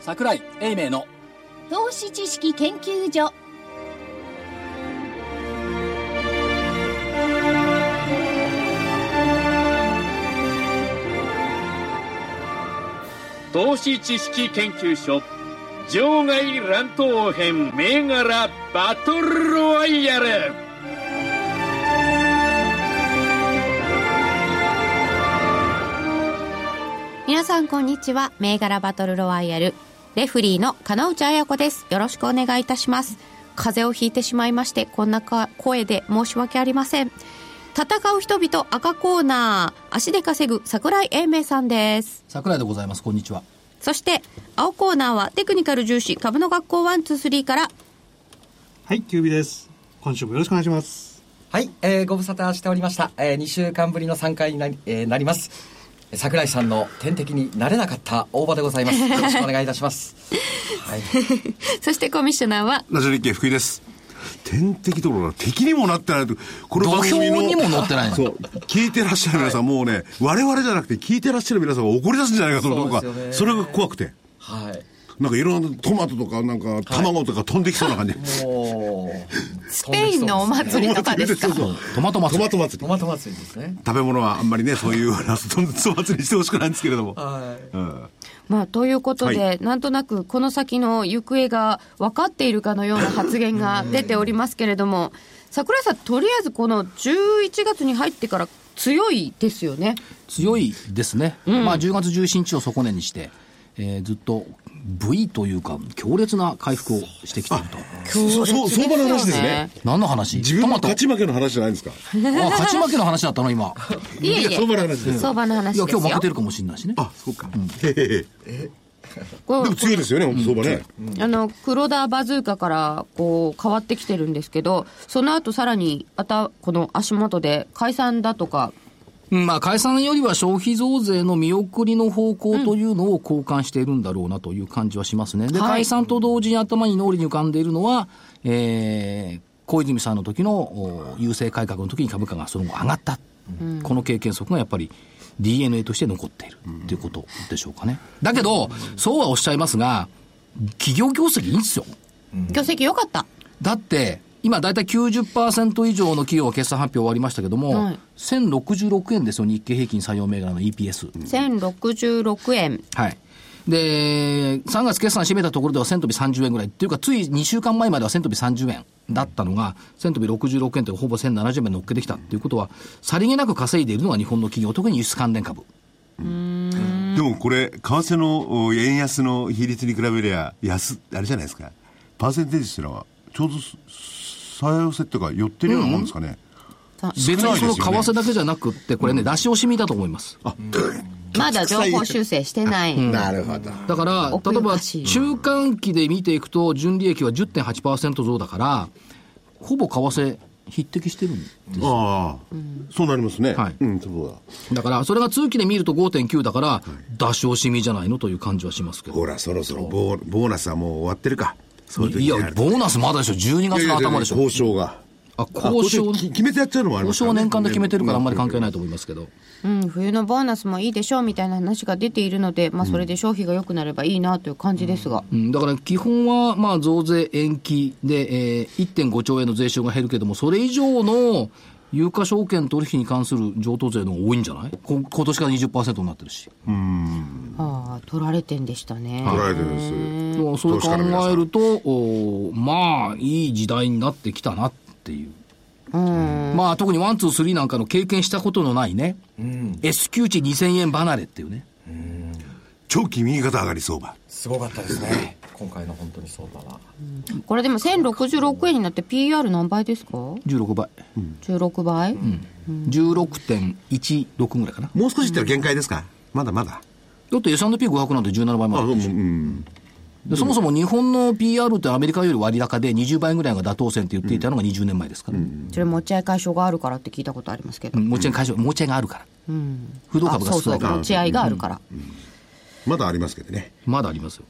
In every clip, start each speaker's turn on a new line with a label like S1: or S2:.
S1: 桜井英明の
S2: 投資知識研究所
S3: 投資知識研究所場外乱闘編銘柄バトルロワイヤル
S4: 皆さんこんにちは銘柄バトルロワイヤルレフリーの金内彩子ですよろしくお願いいたします風邪をひいてしまいましてこんなか声で申し訳ありません戦う人々赤コーナー足で稼ぐ桜井英明さんです
S1: 桜井でございますこんにちは
S4: そして青コーナーはテクニカル重視株の学校123から
S5: はい、キュービです。今週もよろしくお願いします。
S6: はい、えーご無沙汰しておりました、え2週間ぶりの参加になり,、えーなります桜井さんの天敵になれなかった大場でございますよろしくお願いいたしますはい、
S4: そしてコミッショナーは
S7: ラジオ日経福井です。天敵どころか敵にもなってないと、この番組の
S8: 土俵にも乗ってない
S7: そう。聞いてらっしゃる皆さん、もうね、我々じゃなくて聞いてらっしゃる皆さんが怒り出すんじゃないかと思うとこ
S6: そうですよ
S7: が、
S6: ね
S7: それが怖くて。
S6: はい
S7: なんかいろんなトマトとか、なんか卵とか飛んできそうな感じ。
S6: もう
S4: スペインのお祭りとかですか
S7: そうそう
S8: トマト祭
S7: ト
S8: り
S7: マト祭
S6: ト
S7: り。
S6: マト祭りですね
S7: 食べ物はあんまりね、そういう、あのトマト祭りにしてほしくないんですけれども。
S6: はい
S7: うん
S4: まあ、ということで、
S7: は
S4: なんとなくこの先の行方が分かっているかのような発言が出ておりますけれども、桜井さん、とりあえずこの11月に入ってから強いですよね。
S8: 強いですね、まあ、10月17日を底値にして、えーずっと V というか強烈な回復をしてきていると
S7: そう、そう相場の話ですね。
S8: 何の話
S7: 自分の
S8: トマト
S7: 勝ち負けの話じゃないんですか。
S8: あ勝ち負けの話だったの今
S4: いえいえ
S7: いや相場の話です
S4: 相場の話
S8: いや
S4: ですよ。
S8: 今日負けてるかもしれないしね
S7: あ、そうか。へへへ。
S4: こう
S7: でも強いですよね、本当相場ね。
S4: あの黒田バズーカからこう変わってきてるんですけどその後さらにまたこの足元で解散だとか
S8: うんまあ、解散よりは消費増税の見送りの方向というのを交換しているんだろうなという感じはしますね。で、
S4: はい
S8: 解散と同時に頭に脳裏に浮かんでいるのは、えー小泉さんの時のお郵政改革の時に株価がその後上がった。この経験則がやっぱり DNA として残っているということでしょうかね。だけど、そうはおっしゃいますが、企業業績いいんですよ。
S4: 業績良かった
S8: だって、今大体90%以上の企業は決算発表終わりましたけども、
S4: はい
S8: 1066円ですよ、日経平均採用銘柄の EPS。
S4: 1066円
S8: はい。で、3月決算締めたところでは1000飛び30円ぐらい。っていうか、つい2週間前までは1000飛び30円だったのが、1000飛び66円というほぼ1070円乗っけてきたっていうことは、さりげなく稼いでいるのが日本の企業、特に輸出関連株。
S7: でもこれ、為替のお円安の比率に比べりゃ、安、あれじゃないですか。パーセンテージっていうのは、ちょうどす採用性っていうか、寄ってるようなもんですかね。
S8: 別にその為替だけじゃなくって、これね、出し惜しみだと思います。
S4: まだ情報修正してない、
S7: なるほど。
S8: だから、
S4: 奥
S8: 例え
S4: ゆか
S8: ば
S4: しい
S8: 中間期で見ていくと、純利益は10.8%増だから、ほぼ為替、匹敵してるんですよ
S7: ああ、そうなりますね。
S8: はい
S7: うん、そうだ。
S8: だから、それが通期で見ると5.9だから、出し惜しみじゃないのという感じはしますけど。
S7: ほら、そろそろボーボーナスはもう終わってるか。そういう時
S8: いや
S7: にな、ると
S8: ボーナスまだでしょ、12
S7: いやいや
S8: 月の
S7: いや
S8: 頭でしょ。
S7: 交渉が。
S8: あ、交渉、
S7: あき決めてやっちゃうのもありま
S8: 交
S7: すか
S8: 渉
S7: ら
S8: を
S7: ね
S8: 年間で決めてるからあんまり関係ないと思いますけど。
S4: うん、冬のボーナスもいいでしょうみたいな話が出ているので、まあ、それで消費が良くなればいいなという感じですが、
S8: うん、だから基本は、まあ、増税延期で、えー、1.5兆円の税収が減るけども、それ以上の有価証券取引に関する上等税の方が多いんじゃないこ今年から20%になってるし。
S4: ああ取られてんでしたね、
S7: 取られてるんです。
S8: まあそれ
S7: 投資
S8: 考
S7: 家の皆さん
S8: えると、おーまあ、いい時代になってきたなっていう。まあ、特にワン、ツー、スリーなんかの経験したことのないね、S q 値2000円離れっていうね。
S7: 長期右肩上がり相場。
S6: すごかったですね今回の本当に相場は
S4: これでも1066円になって PR 何倍ですか
S8: 16倍。
S4: 16倍、
S8: 16.16ぐらいかな。
S7: もう少しいったら限界ですかまだまだ。
S8: だって S&P500 なんて17倍もあるでしょでそもそも日本の PR ってアメリカより割高で20倍ぐらいが妥当線って言っていたのが20年前ですから、うん
S4: それ持ち合い解消があるからって聞いたことありますけど、
S8: 持ち合い会社持ち合いがあるから、不動
S4: あ
S8: 株が
S4: そうそ
S8: 少な
S4: う
S8: いから
S4: 持ち合いがあるから、
S7: まだありますけどね。
S8: まだありますよ、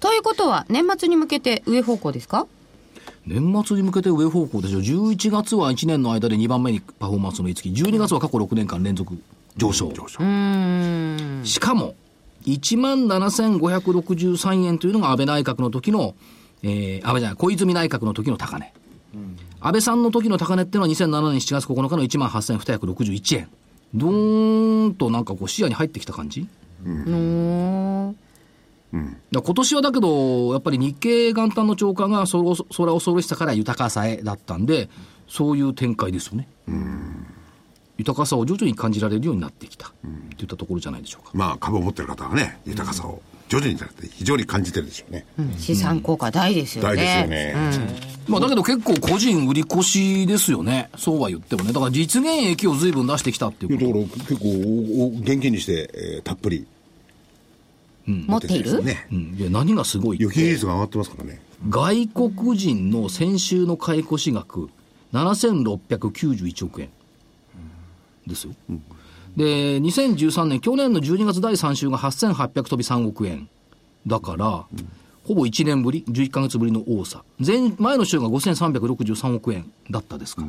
S4: ということは年末に向けて上方向ですか
S8: 年末に向けて上方向でしょ11月は1年の間で2番目にパフォーマンスの5き12月は過去6年間連続上昇、
S4: うーん
S8: しかも1万7563円というのが安倍内閣の時の、えー安倍じゃない、小泉内閣の時の高値。安倍さんの時の高値っていうのは2007年7月9日の1万8261円。どーんとなんかこう視野に入ってきた感じだから今年はだけど、やっぱり日経元旦の長官がそろそら恐ろしさから豊かさへだったんで、そういう展開ですよね。豊かさを徐々に感じられるようになってきた、っていったところじゃないでしょうか。
S7: まあ株を持ってる方はね豊かさを徐々にじゃなくて非常に感じてるでしょうね、
S4: 資産効果大ですよ
S7: 大
S4: ね。
S7: ですよね、
S8: まあだけど結構個人売り越しですよね。そうは言ってもね。だから実現益を随分出してきたっていう
S7: い
S8: こ
S7: や
S8: と。
S7: だから結構おお現金にして、えーたっぷり
S4: 持っている
S7: ね
S8: うん、いや何がすごいっ
S7: 預
S8: て
S7: 金比率が上がってますからね
S8: 外国人の先週の買い越し額、7691億円ですよ。で、2013年、去年の12月第3週が8800飛び3億円。だから、ほぼ1年ぶり、11ヶ月ぶりの多さ。前、前の週が5363億円だったですから。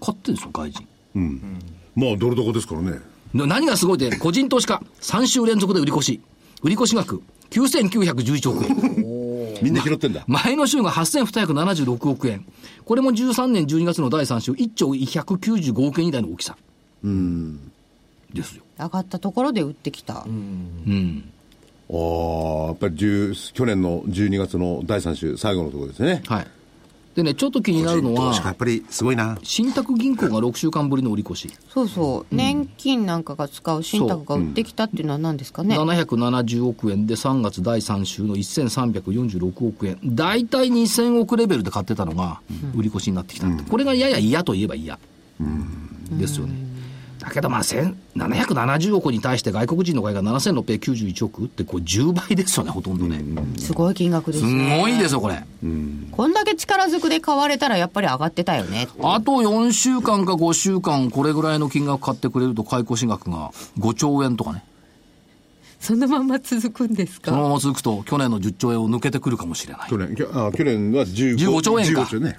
S8: 買ってるんですよ、外人。
S7: まあドル高ですからね
S8: な何がすごいって、個人投資家、3週連続で売り越し。売り越し額、9911億円。
S7: みんな拾ってんだ、
S8: 前の週が8276億円。これも13年12月の第3週、1兆195億円以内の大きさ。ですよ。
S4: 上がったところで売ってきた。
S7: ああやっぱり10去年の12月の第3週最後のところですね
S8: はい。でね、ちょっと気になるの
S7: 投資家や
S8: は
S7: っ、ぱりすごいな
S8: 信託銀行が6週間ぶりの売り越し。
S4: そうそう。年金なんかが使う信託が売ってきたっていうのは何ですかね。
S8: 770億円で3月第3週の1346億円。大体2000億レベルで買ってたのが、売り越しになってきたって。これがやや嫌といえば嫌。ですよね。だけどまあ、1770億に対して外国人の買いが7691億って、こう10倍ですよね、ほとんどね。
S4: すごい金額です
S8: す
S4: ね。
S8: ごいですよ、これ。
S4: こんだけ力ずくで買われたらやっぱり上がってたよね。
S8: あと4週間か5週間、これぐらいの金額買ってくれると、買い越し額が5兆円とかね。
S4: そのまま続くんです
S8: そのまま続くと、去年の10兆円を抜けてくるかもしれない。
S7: 去年きょあ去年は 15,
S8: 15兆円か
S7: 15兆円ね、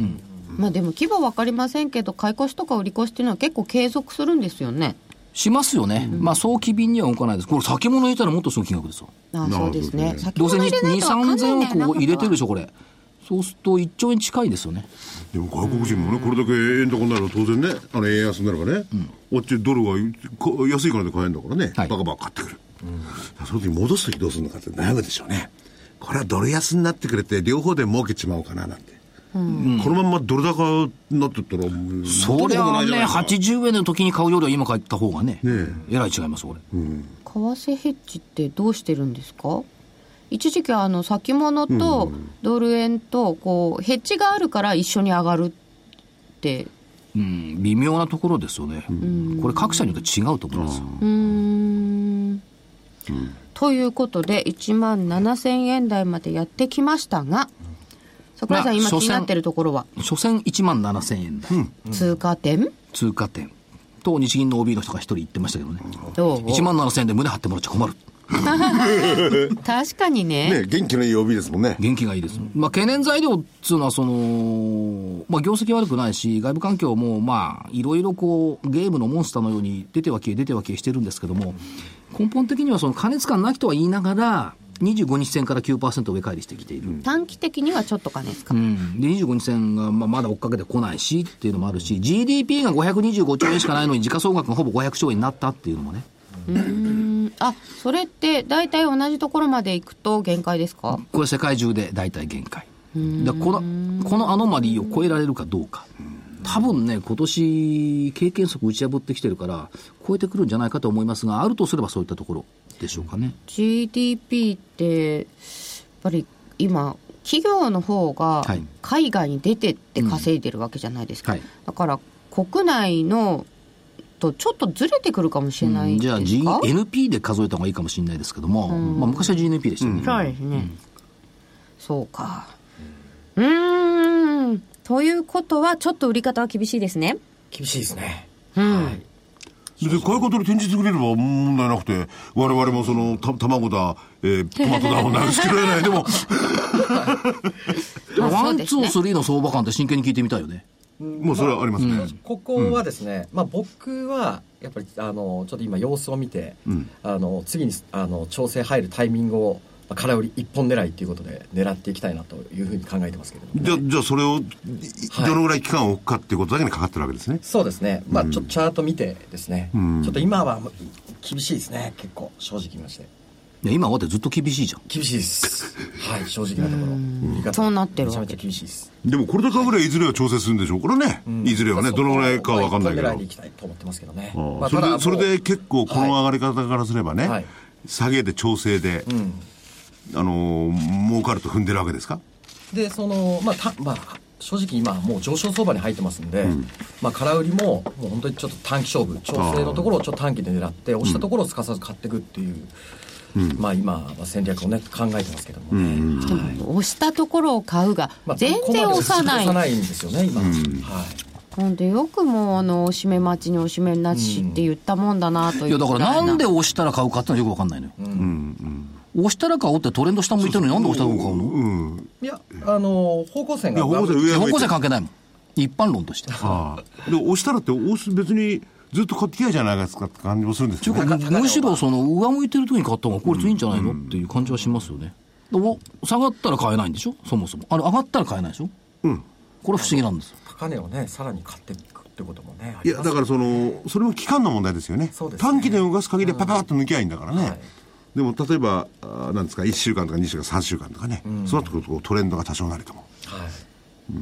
S4: まあでも規模わかりませんけど、買い越しとか売り越しっていうのは結構継続するんですよね。
S8: しますよね。まあ、早期便には動かないです。これ、先物入れたらもっとすごい金額ですよ。
S4: ああ
S7: なるほ
S4: そ
S7: ど
S4: う
S7: ね
S4: ですね。先
S8: どう
S4: ほ
S8: せ
S4: ど入
S8: 2、
S4: れないとわかんないんだよ
S8: 3000
S4: な
S8: 億を入れてるでし
S4: ょ。
S8: ょ、これ。そうすると、1兆円近いですよね。
S7: でも外国人もねこれだけ円高になると当然ねあの円安になればね、こっちドルがこ安いからで買えるんだからね、
S8: はい
S7: バカバカ買ってくる、その時戻す時どうするのかって悩むでしょうねこれはドル安になってくれて両方で儲けちまおうかななんて、このまんまドル高になってったらもう
S8: そり
S7: 元も子も
S8: ゃ
S7: な
S8: あ
S7: いじ
S8: ね、
S7: ないか
S8: 80円の時に買うよりは今買った方がね、
S7: ね
S8: えらい違います、これ。
S4: 為替ヘッジってどうしてるんですか一時期あの先物とドル円とこうヘッジがあるから一緒に上がるって
S8: うん、微妙なところですよね。これ、各社によって違うと思いますよ。
S4: うーんということで1万7000円台までやってきましたが桜井さん
S8: まあ
S4: 今
S8: 所
S4: 気
S8: 詮
S4: になってるところは
S8: 所詮1万7000円台。
S4: 通過点
S8: 通過点と日銀の OB の人が一人言ってましたけどね
S4: どう
S8: 1万7000円で胸張ってもらっちゃ困る
S4: 確かにね
S7: ね元気のいい OB ですもんね
S8: 元気がいいです、まあ、懸念材料っつうのはその、まあ、業績悪くないし外部環境もまあいろいろこうゲームのモンスターのように出ては消え出ては消えしてるんですけども根本的にはその過熱感なきとは言いながら25日線から9%上返りしてきている、
S4: 短期的にはちょっと過熱か、
S8: うん、で25日線がまあまだ追っかけてこないしっていうのもあるし GDP が525兆円しかないのに時価総額がほぼ500兆円になったっていうのもね
S4: うんあそれって大体同じところまで行くと限界ですか
S8: これ世界中で大体限界だからこのこのアノマリーを超えられるかどうか多分ね今年経験則打ち破ってきてるから超えてくるんじゃないかと思いますがあるとすればそういったところでしょうかね、
S4: GDP ってやっぱり今企業の方が
S8: はい
S4: 海外に出てって稼いでるわけじゃないですか、
S8: はい
S4: だから国内のとちょっとずれてくるかもしれないです
S8: じゃ
S4: か、
S8: あ GNP で数えた方がいいかもしれないですけども、まあ、昔は GNP でしたよね、
S4: そうですね、そうかうーんということはちょっと売り方は厳しいですね
S6: 厳しいですね。はい。
S7: で買い方で転じてくれれば問題なくて我々もそのた卵だ、えートマトだを投げつけられないでも
S8: ワ
S4: そう
S8: ン、
S4: で
S8: ツ
S4: すね
S8: ー、スリーの相場感って真剣に聞いてみたいよね。
S7: もうそれはありますね。
S6: ここはですね、まあ、僕はやっぱりあのちょっと今様子を見て、
S7: うん
S6: あの次にあの調整入るタイミングをまあ空売り一本狙いということで狙っていきたいなというふうに考えてますけれども
S7: じゃあ、じゃあそれを、い
S6: はい
S7: どのぐらい期間を置くかっていうことだけにかかってるわけですね。
S6: そうですね、まあ、
S7: うん
S6: ちょっとチャート見てですね、
S7: うん
S6: ちょっと今はまあ厳しいですね結構正直言いまして
S8: いや今はだってずっと厳しいじゃん
S6: 厳しい ですはい正直なところ言い方
S4: そうなってるわ
S6: めちゃ
S4: け
S6: めちゃ厳しいです
S7: でもこれだけぐらいいずれは調整するんでしょうからね。いずれはね、どのぐらいかはわかんないけど。
S6: まあ一本狙いでいきたいと思ってますけどね、
S7: うん
S6: まあ
S7: それ
S6: ただも
S7: で
S6: う
S7: それで結構この上がり方からすればね、
S6: はい
S7: 下げで調整で、あのー儲かると踏んでるわけですか
S6: でそのまあた、まあ、正直今もう上昇相場に入ってますんで、まあ、空売りももう本当にちょっと短期勝負調整のところをちょっと短期で狙って押したところをすかさず買っていくっていう、まあ今は戦略をね考えてますけどもね、
S4: でも押したところを買うが
S6: まあ
S4: 全然押さない
S6: ここまで押さないんですよね今、はい
S4: なんでよくもうあのおしめ待ちにおしめなしって言ったもんだなと
S8: い
S4: い
S8: や
S4: う
S8: だ
S4: く
S8: から
S4: い
S8: らなんで押したら買うかってのはよくわかんないのよ、押したら買おうってトレンド下向いてるのになんで押したら買うの
S7: うん
S6: いやあの方向線
S7: い
S6: が
S7: や方向性上
S8: いや
S7: へ向
S8: 方
S7: い
S8: 向
S7: て
S8: 性関係ないもん一般論として
S7: ああで押したらって押す別にずっと買ってきたじゃないですかって感じもするんです
S8: ちゅ
S7: よ
S8: うか
S7: ね
S8: むむしろその上向いてる時に買った方が効率いいんじゃないのっていう感じはしますよね、でも下がったら買えないんでしょそもそもあれ上がったら買えないでしょ
S7: うん
S8: これ不思議なんですよ
S6: 高値をねさらに買っていくってこともねあ
S7: い
S6: り
S7: や
S6: ます
S7: だからそのそれも期間の問題ですよね
S6: そうですね
S7: 短期で動かす限りでパパッと抜きゃいいんだからね、
S6: はい
S7: でも例えばあーなんですか1週間とか2週間3週間とかね、そうなってくるとこうトレンドが多少なりとも
S6: はい、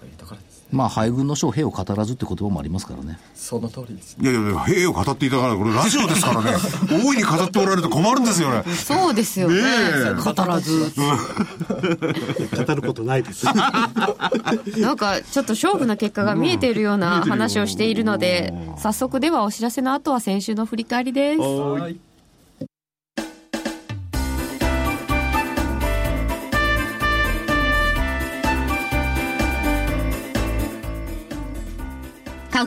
S6: というところですね
S8: まあ敗軍の将兵を語らずって言葉もありますからね
S6: その通りです
S7: いやいやいや、兵を語っていただかない。これラジオで すからね。大いに語っておられると困るんですよね。
S4: そうですよね
S7: ね
S4: 語らず
S5: 語ることない です。
S4: なんかちょっと勝負の結果が見えているような話をしているので早速ではお知らせの後は先週の振り返りです
S6: はい
S2: 花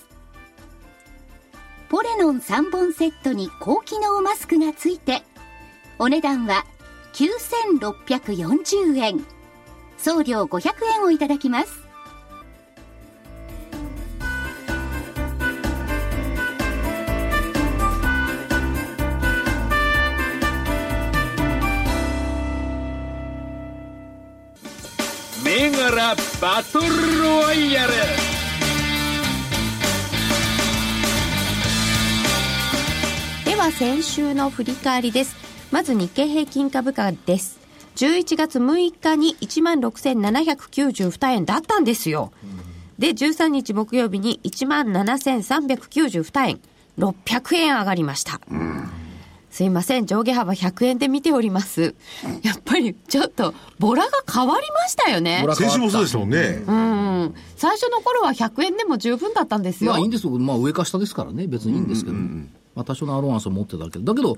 S2: ポレノン3本セットに高機能マスクがついてお値段は9640円送料500円をいただきます
S3: 銘柄バトルロワイヤル
S9: では先週の振り返りですまず日経平均株価です11月6日に16,792円だったんですよで13日木曜日に17,392円600円上がりました、すいません上下幅100円で見ておりますやっぱりちょっとボラが変わりましたよね
S7: 先週もそうでしたもんね。
S4: うん最初の頃は100円でも十分だったんですよ
S8: まあいいんですよ、まあ、上か下ですからね別にいいんですけど、まあ、多少のアローアンスを持ってたけどだけど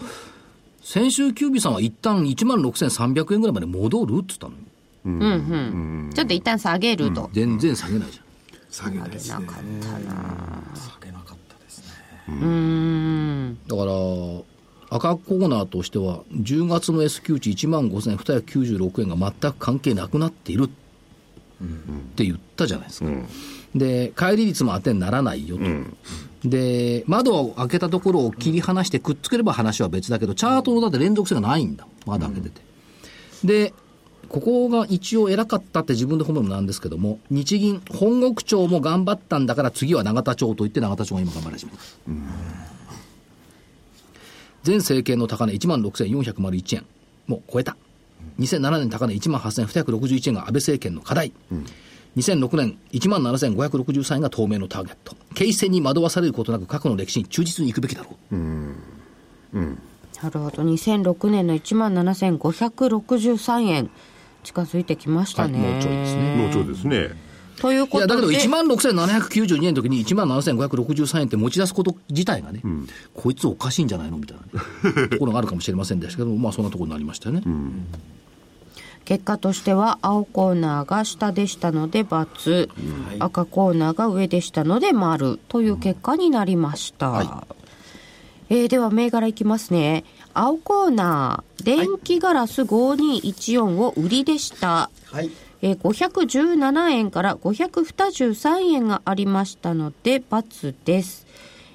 S8: 先週キュービーさんは一旦1万6300円ぐらいまで戻るっつったのよ
S9: うんうんちょっと一旦下げると、
S8: 全然下げないじゃん
S7: 下げないですね。
S6: 下げなかったですね
S8: だから赤コーナーとしては10月の S q 値1万5296円が全く関係なくなっているって言ったじゃないですか、で乖離率も当てにならないよと、で窓を開けたところを切り離してくっつければ話は別だけどチャートのだって連続性がないんだ窓開けてて、でここが一応偉かったって自分で褒めるのもなんですけども、日銀、本国庁も頑張ったんだから次は永田町と言って永田町が今頑張り始めた。前政権の高値1万6401円、もう超えた。2007年高値1万8261円が安倍政権の課題。2006年1万7563円が透明のターゲット。形勢に惑わされることなく過去の歴史に忠実に行くべきだろう。
S4: なるほど2006年の1万7563円近づいてきましたね、
S8: はいもうちょいですね
S7: 農庁ですね。
S4: という
S8: い
S4: こ
S8: や、
S4: とで
S8: だけど1万6792円の時に1万7563円って持ち出すこと自体がね、こいつおかしいんじゃないのみたいな ね、ところがあるかもしれませんでしたけども、まあそんなところになりましたよね。
S4: 結果としては青コーナーが下でしたので×、赤コーナーが上でしたので丸という結果になりました、えーでは銘柄いきますね青コーナー電気ガラス5214を売りでした、
S6: はい
S4: えー517円から523円がありましたので×です。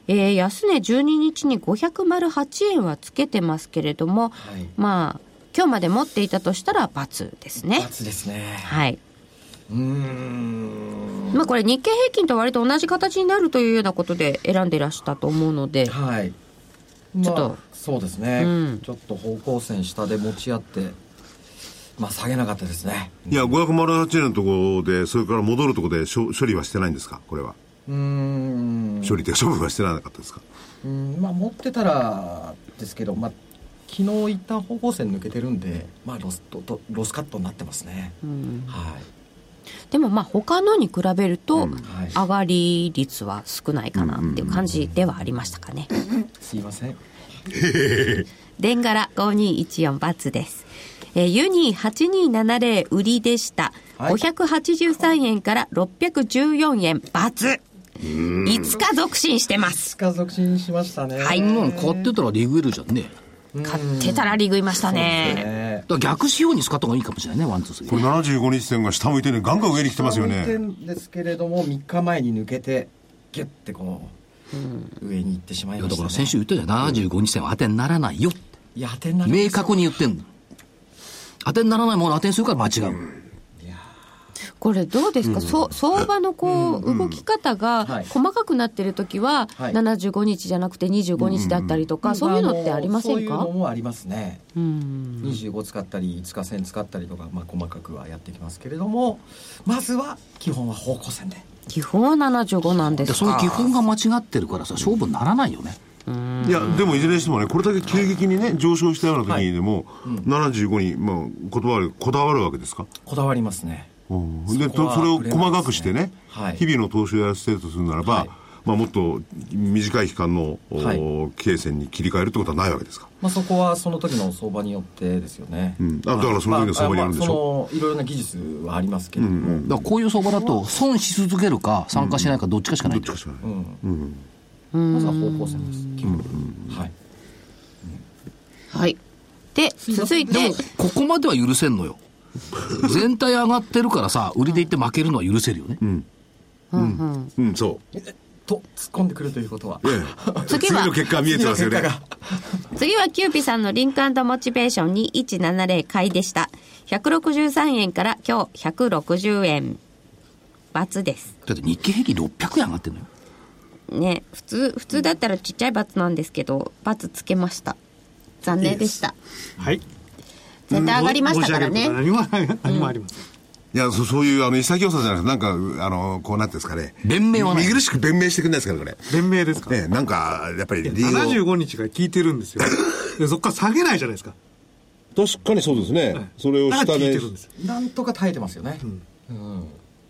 S4: えー安値12日に508円はつけてますけれども、
S6: い
S4: まあ今日まで持っていたとしたら×ですね。
S6: 罰ですね
S4: はい。
S6: うーん
S4: まあこれ日経平均と割と同じ形になるというようなことで選んでいらしたと思うので、
S6: はい
S4: ちょっと
S6: まあそうですね、
S4: うん
S6: ちょっと方向線下で持ち合ってまあ下げなかったですね
S7: いや、508円のところで、それから戻るところで処処理はしてないんですかこれは。
S6: うーん
S7: 処理っていうか処分はしてなかったですか
S6: うんまあ持ってたらですけどまあ昨日一旦方向線抜けてるんでまあロスととロスカットになってますね、
S4: うん
S6: はい
S4: でもまあ他のに比べると
S6: はい
S4: 上がり率は少ないかなっていう感じではありましたかね。
S6: すいません
S4: 電柄5214バツです。えーユニ8270売りでした。
S6: はい
S4: 583円から614円バツ。5日続伸してます。
S6: 近続進しましたね
S4: はい
S8: こんなの買ってたらリグエルじゃんね。
S4: 買ってたらリグいましたね。
S6: ね
S8: だから逆指標に使った方がいいかもしれないね、ワン、ツー、スリ
S7: これ
S8: ー。
S7: 75日線が下向いてね、ガンガン上に来てますよ
S6: 下
S7: ね。
S6: 向いてんですけれども3日前に抜けてギュッてこの上に行ってしまい
S8: い
S6: ま
S8: や
S6: した、ね、
S8: だから先週言ったじゃん、75日線は当てにならないよって。
S6: いや当てになりま
S8: 明
S6: した
S8: 確に言ってんの。当てにならないものを当てにするから間違う。
S4: これどうですか、そう相場のこう動き方
S6: は
S4: が
S6: い
S4: 細かくなってるときは
S6: はい
S4: 75日じゃなくて25日だったりとか、そういうのってありません
S6: まあもうそ
S4: か
S6: ういうのもありますね
S4: うん
S6: 25使ったり5日線使ったりとか、まあ、細かくはやってきますけれどもまずは基本は方向線で
S4: 基本は75なんで
S8: です
S4: か
S8: そういう基本が間違ってるからさ、勝負にならないよね。
S7: いや、でもいずれにしてもね、これだけ急激にね、上昇したような時にでも、75に、まあ、断る、こだわるわけですか
S6: こだわりますね
S7: うん
S6: そこは
S7: でとそれを
S6: ぶれないですね
S7: 細かくしてね、
S6: はい
S7: 日々の投資をやらせてるとするならば、
S6: はい
S7: まあ、もっと短い期間の、お
S6: はい
S7: 経線に切り替えるってことはないわけですか。
S6: まあ、そこはその時の相場によってですよね、
S7: うんあだからその時の相場によるんでしょ
S6: まああまあそのいろいろな技術はありますけれども、
S8: だからこういう相場だと、損し続けるか、参加しないか、どっちかしかないんだよ
S7: 確かに
S6: まずは方向線です基本、はい
S4: はいで続いて
S8: ここまでは許せんのよ。全体上がってるからさ、売りで行って負けるのは許せるよね。
S7: うん、そ
S6: と突っ込んでくるということは
S7: う。ええ
S4: 次は
S7: の結果が見えてますよね
S6: 次の。結果
S4: 次はキューピさんのリンクモチベーション2170買いでした。163円から今日160円。×です。
S8: だって日経平均600円上がってるのよ。
S4: ね、普通、普通だったらちっちゃい×なんですけど、×つけました。残念でした。
S5: はい。
S4: 絶対上がりましたからね
S5: 申。し上げることは何も、何もありません。
S7: いや、そそういう、あの、潔さじゃなくて、なんか、あの、こうなんていうんですかね。
S8: 弁明はない
S7: 見苦しく弁明してくんないですから、これ。
S5: 弁明ですか、
S7: ええ、なんか、やっぱり理由を。
S5: 75日が効いてるんですよでそこから下げないじゃないですか
S7: 確かにそうですね。それを
S5: だから効
S7: 下
S5: いて
S7: で
S5: るんです
S6: なんとか耐えてますよね、うん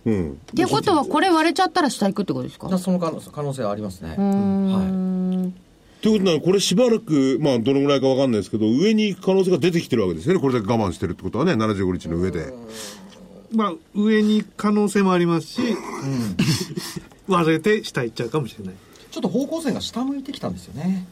S7: うん。
S4: ってことは、これ割れちゃったら下行くってことですか
S6: だからその可能可能性はありますね、
S7: ということなので、これしばらく、まあ、どのぐらいかわかんないですけど、上に行く可能性が出てきてるわけですよね。これだけ我慢してるってことはね、75日の上で。
S5: まあ上に行く可能性もありますし、 割れて下行っちゃうかもしれない
S6: ちょっと方向線が下向いてきたんですよね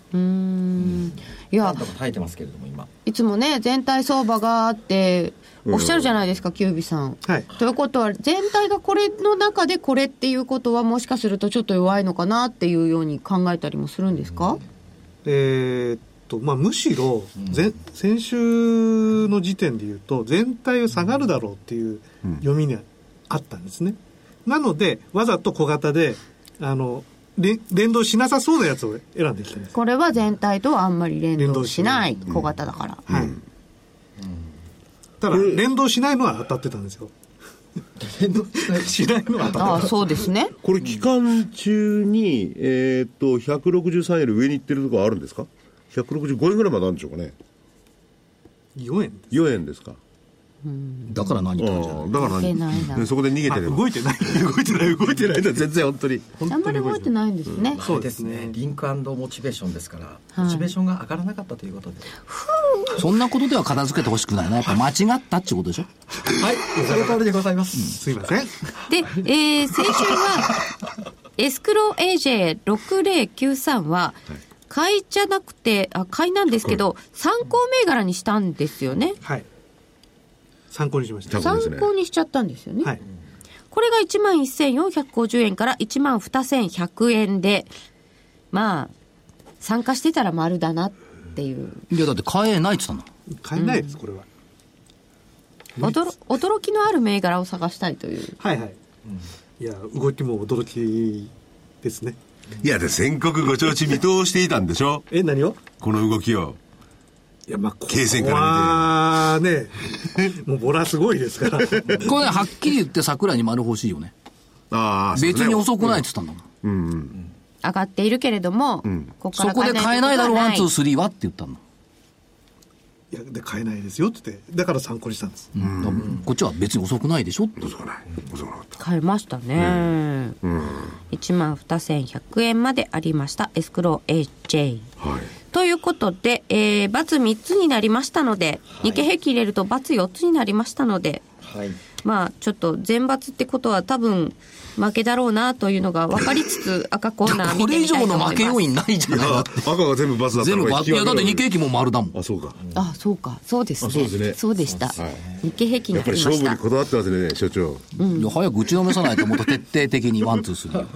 S4: いや
S6: なんと、か耐えてますけれども今
S4: いつもね、全体相場があって、おっしゃるじゃないですか、キュービさん。
S5: はい
S4: ということは全体がこれの中でこれっていうことはもしかするとちょっと弱いのかなっていうように考えたりもするんですか、
S5: えーっと、まあ、むしろ前、先週の時点で言うと、全体を下がるだろうっていう読みにあったんですね。なので、わざと小型で、あの、れ連動しなさそうなやつを選んできたんです。
S10: これは全体とはあんまり連動しない
S5: 連
S10: 小型だから、
S5: はい。ただ、連動しないのは当たってたんですよ。連動 しないのは当た
S10: あ
S5: っ
S10: あ
S5: てた。
S10: そうです ね
S7: これ期間中に、えーっと163円より上に行ってるとこあるんですか165円ぐらいまであるんでしょうかね
S5: 4円です。
S7: 4円ですか
S8: だから何って感じだ
S7: ああだから
S10: 動けないな
S7: ねそこで逃げてれば
S5: 動いてない。
S7: 動いてない動いてないんだ全然本当に
S10: あんまり動いてないんですね、
S6: そうですねリンクモチベーションですから、モチベーションが上がらなかったということで
S8: そんなことでは片付けてほしくないなやっぱ間違ったってことでしょ
S6: はいその通りでございます、
S5: すいません。
S4: で、えー、先週は、エスクロー AJ6093 は、買いじゃなくて、あ、買いなんですけど、参考銘柄にしたんですよね。
S5: はい。参考にしました。
S7: 参そうで
S10: 参
S7: すね
S10: 考にしちゃったんですよね、
S5: はい。
S4: これが1万1450円から1万2100円で、まあ、参加してたら丸だなっていう、
S8: いやだって買えないって言ったの
S5: 買えないです、これは。
S4: 驚驚きのある銘柄を探したいという。
S5: はいはい。いや、動きも驚きですね。
S11: いやで全国ご承知見通していたんでしょ
S5: え、何を
S11: この動きを
S5: いや、まあ、こ
S11: 経線
S5: こはね、 もうボラすごいですから。
S8: これねはっきり言って桜井に丸欲しいよね
S7: ああそうです
S8: 別
S7: ね
S8: に遅くないって言ったんだもん
S4: 上がっているけれども、ここか
S8: そ
S4: ら
S8: こで買えないだろワンツースリーはって言ったんだ
S5: いや、で、買えないですよって言って、だから参考にしたんです。
S8: うんこっちは別に遅くないでしょって
S7: 遅くない遅くなかった
S10: 買えましたね、1万2100円までありましたエスクロー AJ
S7: はい
S10: ということで、えー、罰3つになりましたので、日経平均入れると罰4つになりましたので、
S6: はい
S10: まあ、ちょっと全罰ってことは多分負けだろうなというのが分かりつつ赤コーナー 見
S8: こ
S10: て
S8: れ以
S10: みたいと
S8: 上
S10: 思い
S8: の
S10: ます。
S8: 負け要因ないじゃない
S7: あ
S8: か
S7: 赤が全部バスだった
S8: 全
S7: の
S8: 部
S7: が
S8: バ
S7: 引
S8: い
S7: き分
S8: や
S7: け
S8: だって日
S7: だ
S8: 経平均も丸だもん
S7: あそうか
S10: あ、そうか。そうですね。
S7: あそうですね
S10: そうでした。
S7: はい
S10: 日経平均
S7: や
S10: に
S7: っ
S10: な
S7: ぱり
S10: りまし
S7: 勝負
S10: た
S7: に。こだわってますね所長
S8: いや早く打ちのめさないともっと徹底的にワンツースリー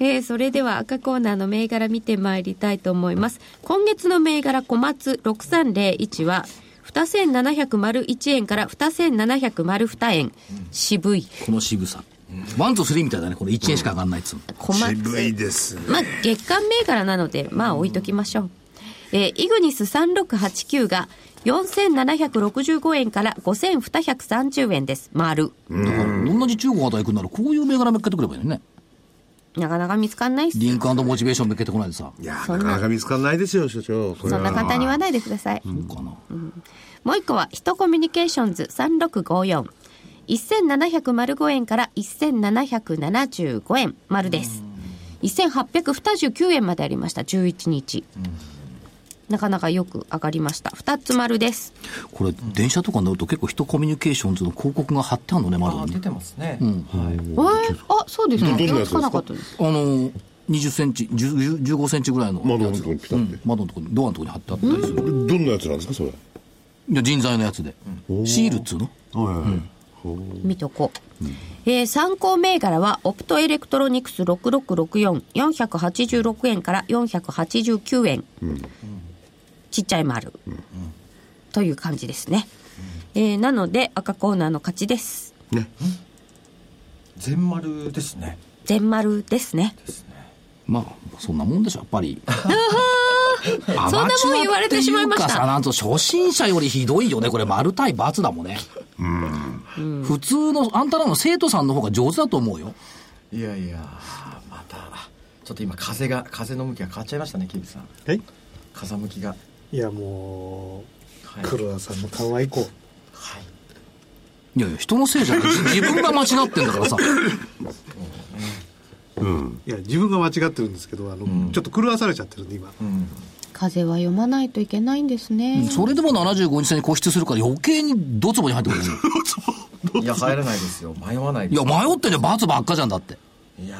S4: えーそれでは赤コーナーの銘柄見てまいりたいと思います。今月の銘柄小松6301は、2701円から2702円。渋い。
S8: この渋さワンツースリーみたいだねこれ1円しか上がんないっつうの
S4: 小松。
S7: 渋いですね
S4: まあ、月間銘柄なので、まあ置いときましょう。えーイグニス3689が4765円から5230円です。丸。
S8: だから同じ中国型行くならこういう銘柄めっけてくればいいのね
S4: なかなか見つかんないっす。
S8: リンクモチベーションめっけてこないでさ
S7: いやなかなか見つからないですよ所長そ
S4: そんな簡単に言わないでください。
S8: かな
S4: もう一個は、ヒトコミュニケーションズ3654。1705円から1775円丸です。1829円までありました、11日。なかなかよく上がりました。2つ丸です。
S8: これ電車とか乗ると結構人コミュニケーションズの広告が貼ってあるのね
S6: あ
S8: 窓
S6: ー
S8: に
S6: 出
S8: ね
S6: てますね、
S10: えーあ、そうですか。
S7: ん
S10: 気がつかなかったです。
S8: あの20センチ10 15センチぐらいの
S7: 窓の
S8: やつ
S7: とこにピタッて
S8: うん窓のとこにドアのとこに貼ってあったりする
S7: これどんなやつなんですかそれ
S8: いや人材のやつでシールっつうの
S4: 見とこう、えー参考銘柄はオプトエレクトロニクス6664486円から489円、ちっちゃい丸、という感じですね、えーなので赤コーナーの勝ちです
S6: 全丸ですね
S4: 全丸ですね
S8: まあそんなもんでしょやっぱ りアマチュ
S4: そんなもん
S8: ア
S4: 言われてしまいました
S8: ってうかさなんと初心者よりひどいよねこれ丸対×だもんね普通のあんたらの生徒さんの方が上手だと思うよ
S6: いやいやまたちょっと今風が風の向きが変わっちゃいましたねキビさん
S5: はい。
S6: 風向きが
S5: いや、も
S6: は
S5: う、
S6: い
S5: 黒田さんの可愛い子。
S6: はい
S8: いやいや人のせいじゃ ない自自分が間違ってんだからさ
S5: いや、自分が間違ってるんですけど、あの、ちょっと狂わされちゃってるんで、今。
S10: 風は読まないといけないんですね。
S8: それでも75日線に固執するから余計に ドツボに入ってくるんですよ
S6: いや入らないですよ迷わないで
S8: い
S6: す
S8: や迷ってんじゃん×ばっかじゃんだって
S6: いや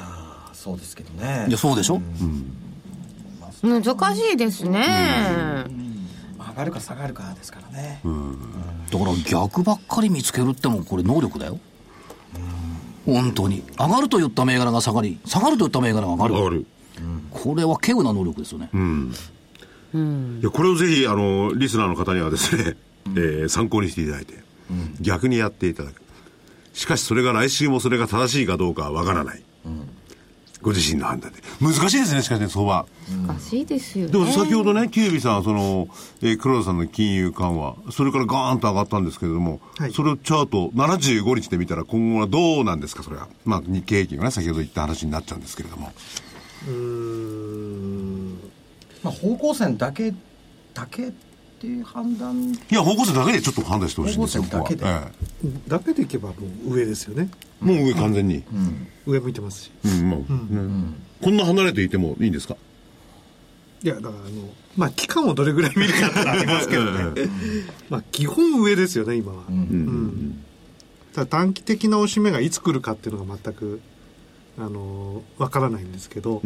S6: ーそうですけどね
S8: いやそうでしょ、
S10: 難しいですね。
S6: 上がるか下がるかですからね、
S8: だから逆ばっかり見つけるってもうこれ能力だよ本当に上がると言った銘柄が下がり下がると言った銘柄が上がる
S7: ある
S8: これは稀有な能力ですよね、
S12: いやこれをぜひあのリスナーの方にはですね、えー参考にしていただいて、逆にやっていただくしかしそれが来週もそれが正しいかどうかはわからない、ご自身の判断で難しいですねしかしね相場
S4: 難しいですよね
S7: でも先ほどね、キュービーさんはその、えー黒田さんの金融緩和、それからガーンと上がったんですけれども、
S5: はい
S7: それをチャート、75日で見たら、今後はどうなんですか、それは。まあ、日経平均がね、先ほど言った話になっちゃうんですけれども。
S6: まあ、方向線だけだけっていう判断
S7: いや、方向性だけでちょっと判断してほしいんですよ、
S6: 方向性
S7: ここは
S5: だけでいけばもう上ですよね
S7: ええもう上、完全に。
S5: 上向いてますし
S7: うん、もう、ねこんな離れていてもいいんですか
S5: いやだからあのまあ期間をどれぐらい見るかってありますけどね まあ基本上ですよね今は、うんただ短期的な押し目がいつ来るかっていうのが全くあのわからないんですけど、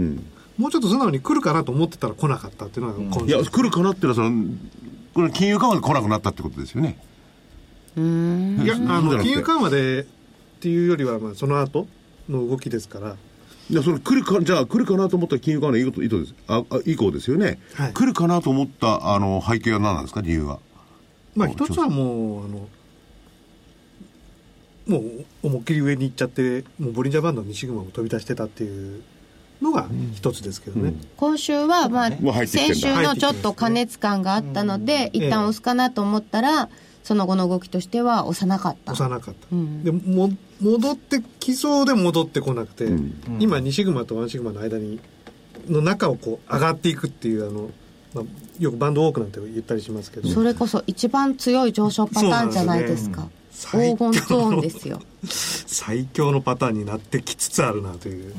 S5: もうちょっと素直に来るかなと思ってたら来なかったっていうのが今
S7: いや、
S5: 週、
S7: 来るかなっていうのは、その、これ金融緩和で来なくなったってことですよね。
S5: いやあ
S7: そうじゃなく
S5: の
S7: て
S5: 金融緩和でっていうよりはまあその後の動きですから
S7: いやそれ来るかじゃあ来るかなと思った金融緩和の意図意図ですああ以降ですよね、
S5: はい
S7: 来るかなと思ったあの背景は何なんですか理由は
S5: まあ一つはもうあのもう思いっきり上に行っちゃってもうボリンジャーバンドの西雲も飛び出してたっていうのが一つですけどね、
S4: 今週は、ま
S7: もう入
S4: あ、
S7: ってきてん
S4: 先
S7: だ
S4: 週のちょっと過熱感があったので、一旦押すかなと思ったら、その後の動きとしては押さなかった。
S5: 幼かった、でも戻ってきそうで戻ってこなくて、今2シグマと1シグマの間にの中をこう上がっていくっていうあの、まあ、よくバンドウォークなんて言ったりしますけど
S4: それこそ一番強い上昇パターンじゃないですか。
S5: そうなんですよね
S4: 黄金ゾーンですよ。
S5: 最強のパターンになってきつつあるなという、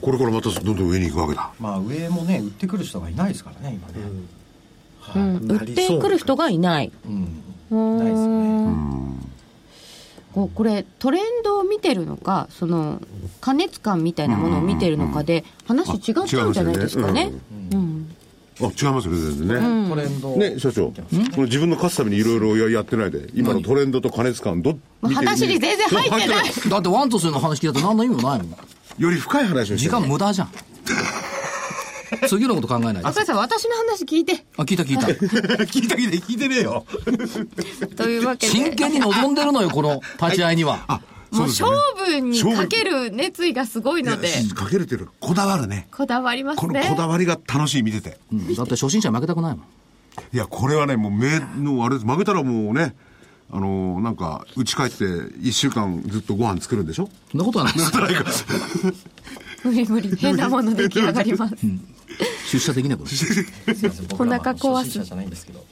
S7: これからまたどんどん上に行くわけだ
S6: まあ上もね売ってくる人がいないですからね今ね、
S4: うん
S5: ん
S4: 売ってくる人がいない。
S6: うん
S4: うん
S6: ないですね
S4: こうこれトレンドを見てるのかその過熱感みたいなものを見てるのかで話違っちゃうんじゃないですかね。
S7: あ違いますよね全然ね、
S6: トレンド、
S7: ね社長この自分の勝つためにいろいろやってないで今のトレンドと過熱感ど
S4: もう
S7: 見て
S4: 話に全然入ってない
S7: そう
S8: だってワンとするの話聞いたって何の意味もないもん
S7: より深い話をして
S8: 時
S7: る
S8: 間無駄 じゃん次のこと考えないで
S4: 赤井さん私の話聞いて
S8: あ聞いた聞いた 聞いた聞いた聞いてねえよ
S4: というわけで
S8: 真剣に望んでるのよこの立ち会いには、
S4: もう
S7: です
S4: 勝負
S7: よね
S4: にかける熱意がすごいので
S7: いやかけるというかこだわるね
S4: こだわります
S7: この
S4: ね。
S7: こだわりが楽しい見てて
S8: うんだって初心者に負けたくないもん
S7: いやこれはねもう目のあれです負けたらもうねあのなんか家帰って1週間ずっとご飯作るんでしょ
S8: そんなことはないです
S7: なんか
S4: 無理 無理変なもの出来上がります。
S8: 出社できない こと
S6: すいません僕らは
S4: お腹壊す
S6: 初心者じゃないんですけど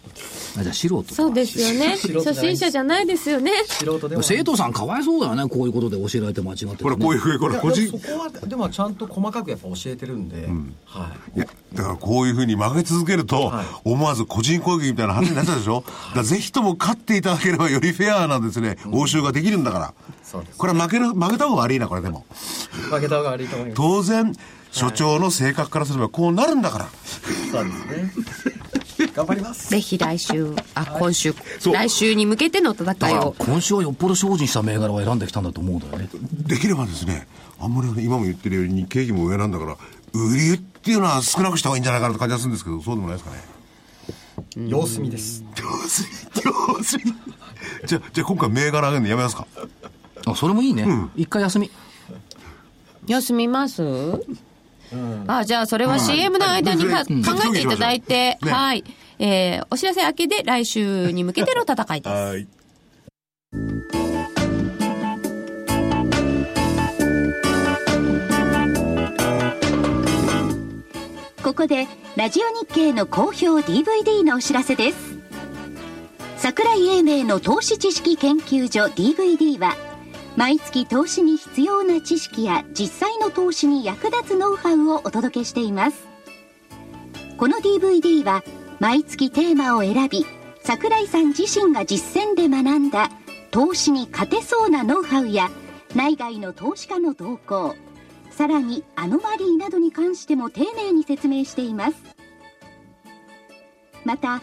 S8: あじゃあ素人
S4: そうですよね。
S6: 素人じゃない
S4: 初心者じゃないですよね。
S6: 素人でも
S8: 生徒さんかわいそうだよねこういうことで教えられて間違っててね、
S7: ほらこういうふうにこ
S6: い
S7: れ
S6: や
S7: 個人
S6: でもそこはでもちゃんと細かくやっぱ教えてるんで、はい
S7: いやだからこういうふうに負け続けると
S6: はい
S7: 思わず個人攻撃みたいな話になっちゃうでしょだからぜひとも勝っていただければよりフェアなですね応酬ができるんだから
S6: そうです
S7: これは負ける負けた方が悪いなこれでも
S6: 負けた方が悪いと思います
S7: 当然所長の性格からすればこうなるんだから
S6: そうですね頑張ります
S4: ぜひ来週、あ、今週、来週に向けての戦
S8: だ
S4: い
S8: から
S4: を。
S8: 今週はよっぽど精進した銘柄を選んできたんだと思うんだよね
S7: できればですねあんまり今も言ってるように日経平均も上なんだから売りっていうのは少なくした方がいいんじゃないかなって感じがするんですけどそうでもないですかね
S6: 様子見です
S7: 上手上手じゃあじゃあ今回銘柄上げるのやめますか
S8: あそれもいいね、一回休み
S4: 休みます、あじゃあそれは CM の間にか考
S7: うん
S4: えていただいて、
S7: ね
S4: はい、えーお知らせ明けで来週に向けての戦いです
S7: はい
S2: ここでラジオ日経の好評 DVD のお知らせです桜井英明の投資知識研究所 DVD は毎月投資に必要な知識や実際の投資に役立つノウハウをお届けしていますこの DVD は毎月テーマを選び桜井さん自身が実践で学んだ投資に勝てそうなノウハウや内外の投資家の動向さらにアノマリーなどに関しても丁寧に説明していますまた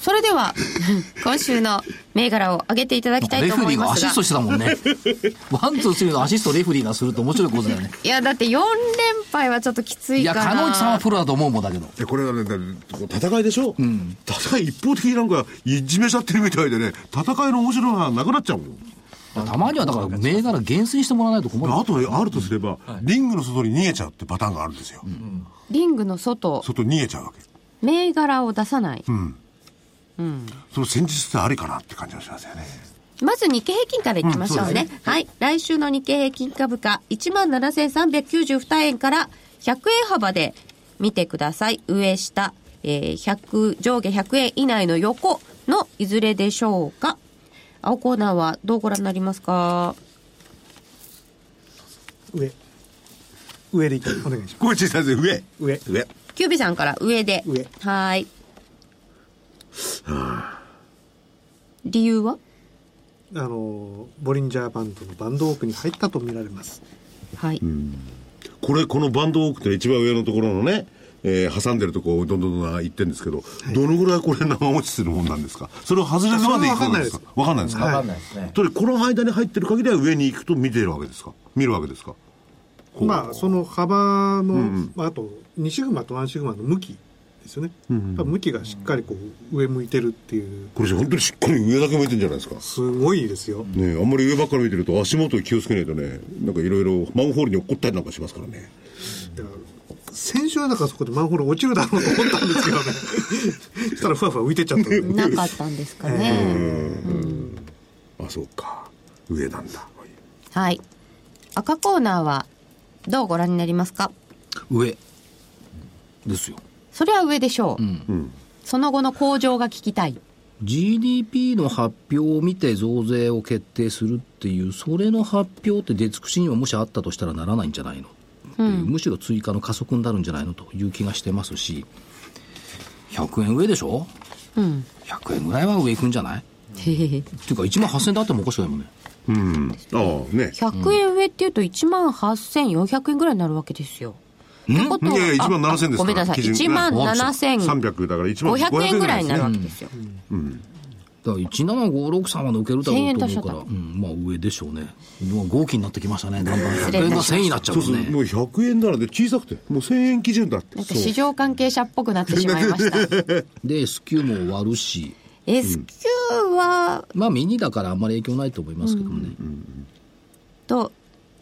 S4: それでは 今週の銘柄を上げていただきたい
S8: レ
S4: と
S8: フェ
S4: 思
S8: リ
S4: い
S8: ーが
S4: ま
S8: ア
S4: す
S8: シ
S4: が
S8: ストしてたもんねワンツースリーのアシストレフェリーがすると面白いことだよね
S4: いやだって4連敗はちょっときつ
S8: い
S4: い
S8: や
S4: かな
S8: 加納内さんはプロだと思うもんだけど
S7: でこれはねだ戦いでしょ、戦い一方的になんかいじめちゃってるみたいでね戦いの面白さがなくなっちゃうもん
S8: たまにはだから銘柄厳選してもらわないと困る
S7: あとあるとすれば、リングの外に逃げちゃうってパターンがあるんですよ、
S4: リングの外
S7: 外に逃げちゃうわけ
S4: 銘柄を出さない、
S7: その戦術ってありかなって感じがしますよね
S4: まず日経平均からいきましょうね,、はい来週の日経平均株価1万7392円から100円幅で見てください上下、えー100上下100円以内の横のいずれでしょうか青コーナーはどうご覧になりますか
S5: 上上でいってお願いしま
S7: これ小さいですね
S5: す上
S7: 上上
S4: キュービさんから上で
S5: 上
S4: はい理由は
S5: あのボリンジャーバンドのバンドオークに入ったと見られます
S4: はい、
S7: これこのバンドウォークって一番上のところのね、えー挟んでるとこをどんどんどんどん行ってるんですけど、どのぐらいこれ長持ちするもんなんですかそれを外れるまで行くんですかわかんないですか、
S5: は
S6: わ
S5: い
S6: かんないですね
S7: それこの間に入ってる限りは上に行くと見てるわけですか見るわけですかこう
S5: まあその幅の、まあ、あと2シグマと1シグマの向きですよね、多分向きがしっかりこう上向いてるっていう
S7: これ本当にしっかり上だけ向いてんじゃないですか
S5: すごいですよ、
S7: ねえあんまり上ばっかり見てると足元気をつけないとねなんかいろいろマンホールに落っこったりなんかしますからね
S5: だから先週はだからそこでマンホール落ちるだろうと思ったんですけど ねそしたらふわふわ浮いてっちゃったん で
S4: なかったんですかね、
S7: あそうか上なんだ
S4: はい赤コーナーはどうご覧になりますか
S8: 上ですよ
S4: それは上でしょう、その後の向上が聞きたい
S8: GDP の発表を見て増税を決定するっていうそれの発表って出尽くしにはもしあったとしたらならないんじゃないのっていう、むしろ追加の加速になるんじゃないのという気がしてますし100円上でしょ、100円ぐらいは上行くんじゃないっていうか1万8000円であってもおかしくないもんね
S7: うんああね
S4: 100円上っていうと1万8400円ぐらいになるわけですよ、ってことはい
S7: やいや
S4: あ
S7: 1万7000ですから
S4: ごめんなさい
S7: 基準
S4: 1万7500
S7: 300だから1万500
S4: 円ぐらいになるわ
S7: ん
S4: け
S7: ですね
S4: ですよ、
S8: だから17563は抜ける
S4: 1000
S8: だろ
S4: 円
S8: うと
S4: 足しち
S8: 思
S4: ゃ
S8: う
S4: っ
S8: か
S4: た
S8: ら、うん、まあ上でしょうねもう豪気になってきましたねだんだん100円が1000円になっちゃう
S7: そう
S8: も
S7: そ
S8: ん
S7: う
S8: ね
S7: もう100円ならで小さくてもう1000円基準だって
S4: なんか市場関係者っぽくなってしまいました
S8: で S q も終わるし
S4: S q は
S8: まあミニだからあんまり影響ないと思いますけどもね、
S4: と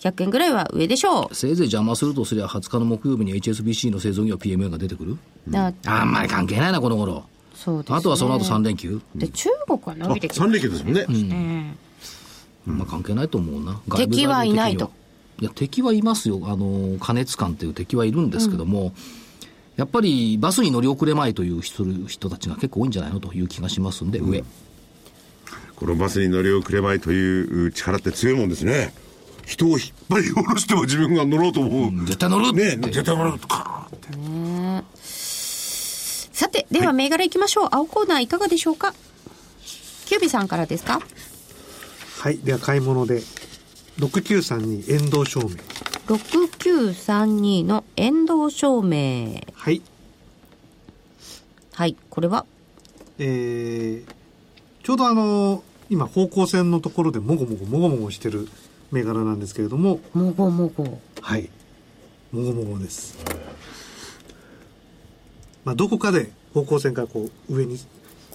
S4: 100円ぐらいは上でしょ
S8: せいぜい邪魔するとすりゃ20日の木曜日に HSBC の製造業は PMA が出てくる
S4: うな
S8: あんまり関係ないなこの頃
S4: そうです、ね、
S8: あとはその後3連休、
S4: で中国は伸びてき
S7: 3連休ですもんね、
S8: まあ関係ないと思うな
S4: 敵はいないと
S8: 外部材料的にはいや敵はいますよあの加熱感っていう敵はいるんですけども、やっぱりバスに乗り遅れまいという人人たちが結構多いんじゃないのという気がしますんで上、
S7: このバスに乗り遅れまいという力って強いもんですね人を引っ張り下ろしても自分が乗ろうと思う、
S8: 絶対乗る
S7: ね絶対乗ろうとか
S4: さてでは銘柄いきましょう、青コーナーいかがでしょうかキュービさんからですか
S5: はいでは買い物で693に遠藤証明
S4: 6932の遠藤証明
S5: はい
S4: はいこれは
S5: えーちょうどあの今方向線のところでもごもごもごもごしてる銘柄なんですけれども
S4: もごもご
S5: はいもごもごです、まあ、どこかで方向線からこう上に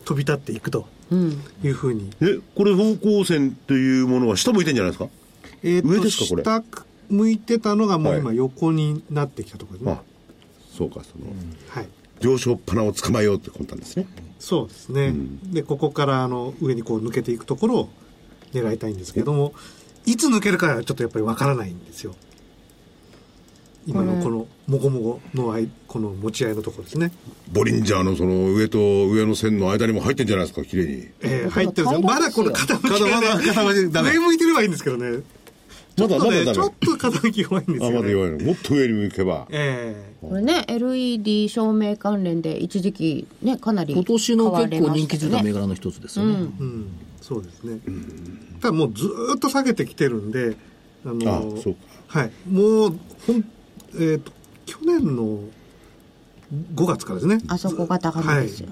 S5: 飛び立っていくと
S4: うん
S5: いうふうに、
S7: えこれ方向線というものは下向いてんじゃないですか
S5: えーと
S7: 上ですかこれ
S5: 下向いてたのがもう今
S7: は
S5: 横になってきたところですね
S7: あそうかその、
S5: はい
S7: 上昇っ鼻を捕まえようって魂胆ですね
S5: そうですね、でここからあの上にこう抜けていくところを狙いたいんですけれどもいつ抜けるかはちょっとやっぱりわからないんですよ今のこのもごもごのあいこの持ち合いのところですね、
S7: ボリンジャーのその上と上の線の間にも入ってんじゃないですか綺麗に
S5: えー入ってるんですよまだこの傾きがね
S7: まだまだ傾きダメ
S5: 上向いてればいいんですけどねちょっと
S7: まだまだ
S5: ね、
S7: ダメ
S5: ちょっと傾き弱いんです
S7: あ
S5: よ、ね。
S7: まだ弱いのもっと上に向けば
S5: ええ
S4: これね LED 照明関連で一時期ねかなり
S8: 今年の
S4: 買わ
S8: 結
S4: れ
S8: 構
S4: まし
S8: 人
S4: た
S8: 気
S4: よ
S8: づいた銘柄の一つですよね、
S5: うん、そうですね。ただもうずーっと下げてきてるんで、あのー
S7: あそうか
S5: はい、もうほんえっ、と去年の5月からですね。
S4: あそこが高値ですよ、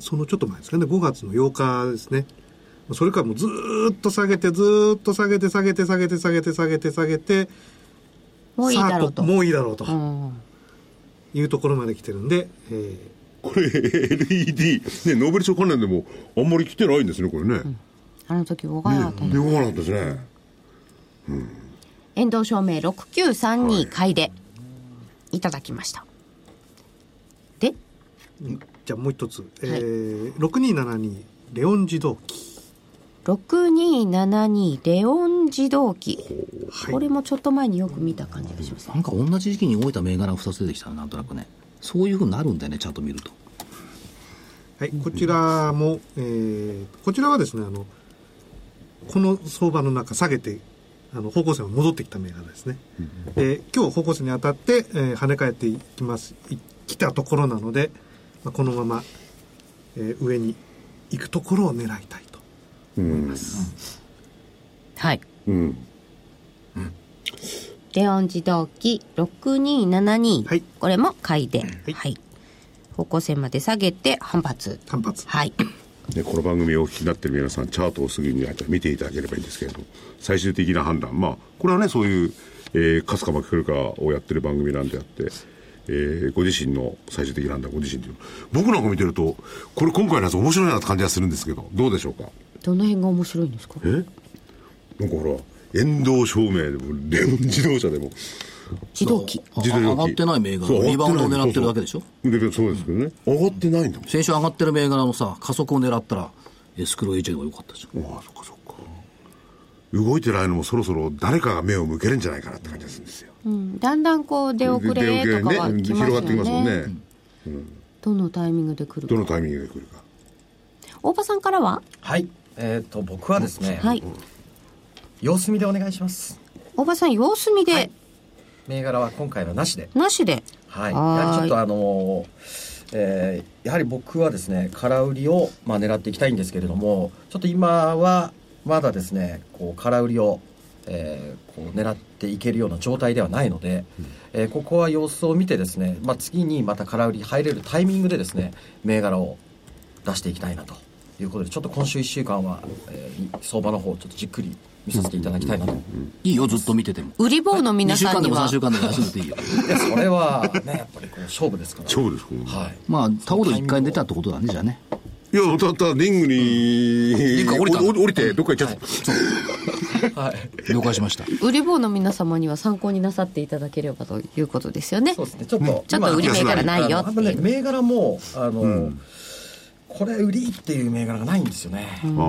S5: そのちょっと前ですかね、5月の8日ですね。それからもうずーっと下げて、ずーっと下げて、下げて、下げて、下げて、下げて、下げて、
S4: もういいだろう
S5: さ
S4: と
S5: あこもういいだろうと
S4: うん
S5: いうところまで来てるんで、えー
S7: これ LED ねノーベル賞関連でもあんまり来てないんですねこれね、
S4: あの時大川だった
S7: で動かなかったですね
S4: 遠藤証明6932買いでいただきましたで
S5: じゃあもう一つ、えー6272レオン自動機。
S4: 6272レオン自動機
S5: い
S4: これもちょっと前によく見た感じがしますね
S8: なんか同じ時期に動いた銘柄が2つ出てきたらなんとなくねそういうふうになるんだよねちゃんと見ると
S5: はい、こちらも、えーこちらはですね、あの、この相場の中、下げて、あの、方向線を戻ってきた銘柄ですね。えー今日方向線に当たって、えー跳ね返っていきます、い来たところなので、まあ、このまま、えー上に行くところを狙いたいと思います。
S4: はい
S7: うん
S4: レオン自動機6272、
S5: はい
S4: これも買いで、はい
S5: い
S4: 方向線まで下げて反発
S5: 単発。
S4: はい
S7: でこの番組をお聞きになってる皆さんチャートをすぐにあた見ていただければいいんですけれども最終的な判断まあこれはねそういう、えー、勝つか負けるかをやってる番組なんであって、えーご自身の最終的な判断ご自身で僕なんか見てるとこれ今回のやつ面白いなって感じがするんですけどどうでしょうか
S4: どの辺が面白いんですか
S7: えなんかほら遠藤照明でもレオン自動車でも
S4: 自動機
S8: あ
S7: 自動
S8: 上
S7: 料金
S8: がってない銘
S7: そう
S8: 柄
S7: 上
S8: リ
S7: がっ
S8: バウ
S7: て
S8: ン
S7: ない
S8: ドを狙ってるだけでしょ
S7: でそうですけどね上がってないんだもん
S8: 先週上がってる銘柄のさ加速を狙ったらエスクロ AJ が良かったじゃん
S7: ああそっかそっか動いてないのもそろそろ誰かが目を向けるんじゃないかなって感じがするんですよ
S4: うんだんだんこう出遅れとかは
S7: ね
S4: 来
S7: 広
S4: ます
S7: が
S4: よ
S7: って
S4: ね
S7: きますもんね、
S4: どのタイミングで来る
S7: どの
S4: か
S7: タイミングで来るか
S4: 大場さんからは
S6: はいえっ、と僕はですね、
S4: はい
S6: 様子見でお願いします
S4: 大場さん様子見で、
S6: 銘柄は今回はなしで
S4: なしで
S6: はい、
S4: はーい
S6: やはりちょっとあのーえーやはり僕はですね空売りを、まあ、狙っていきたいんですけれどもちょっと今はまだですねこう空売りを、えーこう狙っていけるような状態ではないので、えーここは様子を見てですね、まあ、次にまた空売り入れるタイミングでですね銘柄を出していきたいなということでちょっと今週1週間は、えー相場の方をちょっとじっくり見させていただきたいなと。
S8: いいよずっと見てても
S4: 売り棒の
S8: 2
S4: 皆
S8: 週
S4: さ
S8: 間
S4: ん
S8: で
S4: に
S8: も
S4: は
S8: 3週間でも休んでて いいよ
S6: いやそれはねやっぱりこう勝負ですから。
S7: そうですこの
S6: はい
S8: まあタオル1回出たってことだねじゃあね
S7: いやたたリングに、
S8: ングが降りた
S7: おお降りてどっか行っちゃった、
S6: はい
S8: 了解しました
S4: 売り棒の皆様には参考になさっていただければということですよね
S6: そうですね。ちょっと、
S4: ちょっと売り銘柄ないよ
S6: あのあんまね
S4: っていう
S6: 銘柄も、あの、これ売りっていう銘柄がないんですよね。
S7: ああ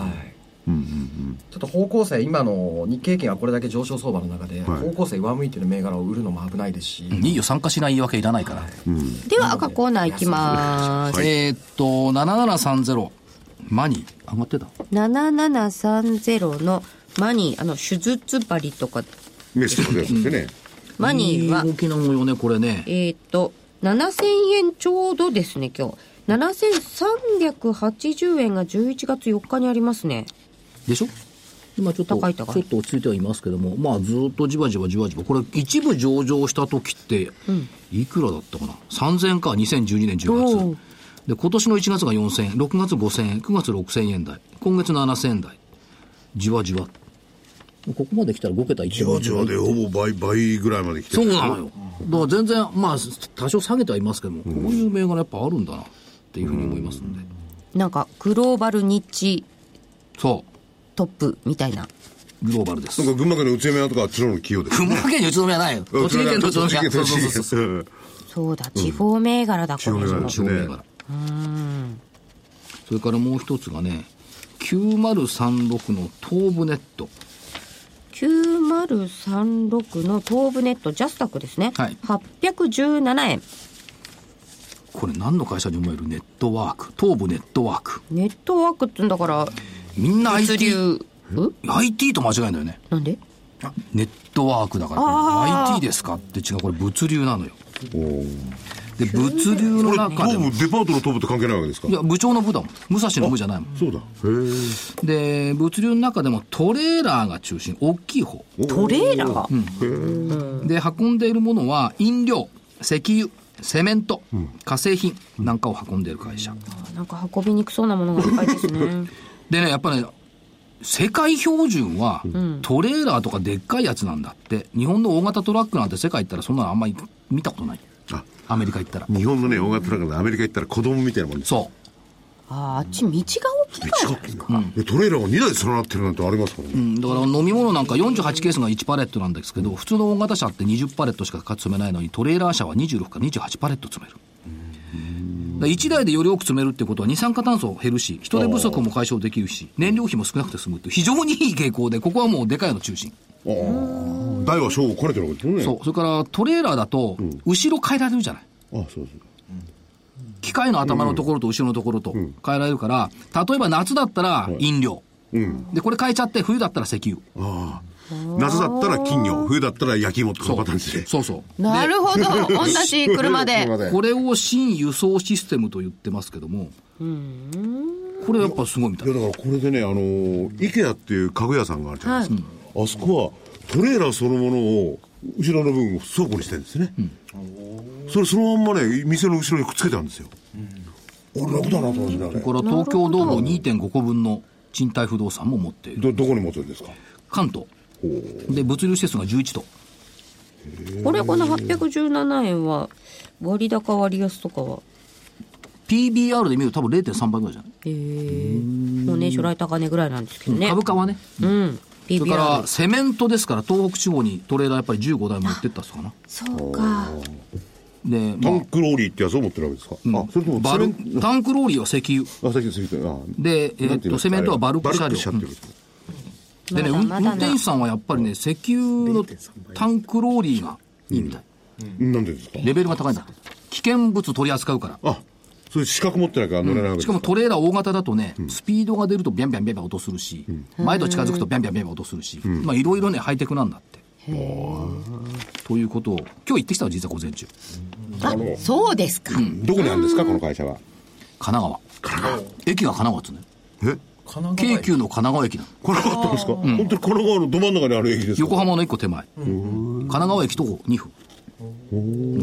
S6: はい。ちょっと方向性今の日経圏がこれだけ上昇相場の中で、
S7: はい
S6: 方向性上向いてる銘柄を売るのも危ないですし、
S8: いいよ参加しない言い訳いらないから、
S4: では赤コーナーいきます、
S8: えーっと7730マニー上がってた
S4: 7730のマニーあの手術針とか
S7: メスとかですね、
S4: マニーはい
S8: い動きなのよねこれね
S4: えーっと7000円ちょうどですね今日7380円が11月4日にありますね
S8: でしょ今ちょっと
S4: 高い高い
S8: ちょっと落ち着いてはいますけどもまあずーっとじわじわじわじわこれ一部上場した時っていくらだったかな、3000か2012年10
S4: おう
S8: 月で今年の1月が4000円6月5000円9月6000円台今月7000円台じわじわここまで来たら5桁いって
S7: じわじわでほぼ倍倍ぐらいまで来て
S8: そう
S7: る
S8: なのよだから全然まあ多少下げてはいますけども、こういう銘柄やっぱあるんだなっていうふうに思いますんで、
S4: なんかグローバルニッチ
S8: そ
S4: トップみたいな
S8: うグローバルです
S7: なんか群馬県の宇都宮とかあっちの方の企業です
S8: 群馬県の宇都宮ないよ栃木県の宇都宮そうそうそうそう
S7: そう
S4: そうだ地方銘柄だ、これ
S7: 地方銘柄
S4: も
S7: です
S8: 証明からそれからもう一つがね9036の東部ネット
S4: 9036の東部ネットジャスタックですね、
S8: はい
S4: 817円
S8: これ何の会社に思えるネットワーク東部ネットワーク
S4: ネットワークっつうんだから
S8: みんな IT
S4: 物流
S8: IT と間違えんだよね
S4: なんで
S8: あネットワークだからこれ IT ですかって違うこれ物流なのよで物流の
S7: これ
S8: 中
S7: ど
S8: で
S7: う
S8: も
S7: もデパートの頭部と関係ないわけですか
S8: いや部長の部だもん武蔵の部じゃないもん
S7: そうだへえ
S8: で物流の中でもトレーラーが中心大きい方
S4: トレーラー、
S8: で運んでいるものは飲料石油セメント、化成品なんかを運んでいる会社、
S4: なんか運びにくそうなものがいっぱいですね
S8: でねやっぱね世界標準はトレーラーとかでっかいやつなんだって日本の大型トラックなんて世界行ったらそんなのあんまり見たことない
S7: あ
S8: アメリカ行ったら
S7: 日本のね大型トラックでアメリカ行ったら子供みたいなもんです
S8: そ
S4: あーあっち道が大きいから
S7: 近くにえトレーラーが2台連なってるなんてありますから
S8: う、う
S7: ね
S8: ん、だから飲み物なんか48ケースが1パレットなんですけど普通の大型車って20パレットしか詰めないのにトレーラー車は26から28パレット詰める1台でより多く詰めるってことは二酸化炭素減るし人手不足も解消できるし燃料費も少なくて済むっていう非常にいい傾向でここはもうでかいの中心
S7: ああ台は小を兼ねてるわけですよね
S8: そうそれからトレーラーだと後ろ変えられるじゃない
S7: あそうそう
S8: 機械の頭のところと後ろのところと変えられるから、例えば夏だったら飲料。で、これ変えちゃって、冬だったら石油。
S7: ああ夏だったら金魚冬だったら焼き芋ってそのパターンですね
S8: そうそう。
S4: なるほど同じ車で
S7: で
S8: これを新輸送システムと言ってますけども、これやっぱすごいみた
S7: い
S8: い
S7: やだからこれでねあのー IKEA っていう家具屋さんがあるじゃないですか、あそこはトレーラーそのものを後ろの部分を倉庫にしてるんですね、それそのまんまね店の後ろにくっつけたんですよ、俺楽だなと思うんですね
S8: これは東京ドーム2.5個分の賃貸不動産も持ってい
S7: あれ
S8: る。
S7: どどこに持つんですか
S8: 関東。で、物流施設が11と。
S4: これこの817円は割高割安とかは
S8: PBR で見ると多分0.3倍ぐらいじゃない、
S4: えー、もうね初来高値ぐらいなんですけどね
S8: 株価はね。
S4: うん
S8: それから
S4: PBR
S8: セメントですから東北地方にトレーラーやっぱり15台持ってったっすかな。
S4: そうか
S8: で、
S7: タ
S8: まあ
S7: ンクローリーってやつを持ってるわけですか、あそれとも
S8: バル
S7: セメン
S8: タンクローリーは石油。
S7: あ先に過ぎてあ
S8: で、えーっと、セメントはバルク車両。
S7: っていう
S8: うんでね、運
S4: まだ
S8: 運
S4: まだな
S8: 転手さんはやっぱりね、石油のタンクローリーがいいみたい。
S7: なんでですか
S8: レベルが高いんだって。危険物取り扱うから。
S7: あそういう資格持ってないから乗れないわけで
S8: し
S7: す
S8: か
S7: か
S8: もトレーラー大型だとね、スピードが出るとビャンビャンビャンビャン音するし、前と近づくとビャンビャンビャンビャン音するし、まあいろいろね、ハイテクなんだって。ということを、今日行ってきたの実は午前中。
S4: あそうですか、
S7: どこにあるんですかこの会社は
S8: 神奈川。駅が神奈川っつうね。
S7: え
S6: 神奈
S8: 京
S6: 川
S8: 急の神奈川駅なの。
S7: これなかったんですか、本当に神奈川のど真ん中にある駅ですか
S8: 横浜の一個手前神奈川駅徒歩2分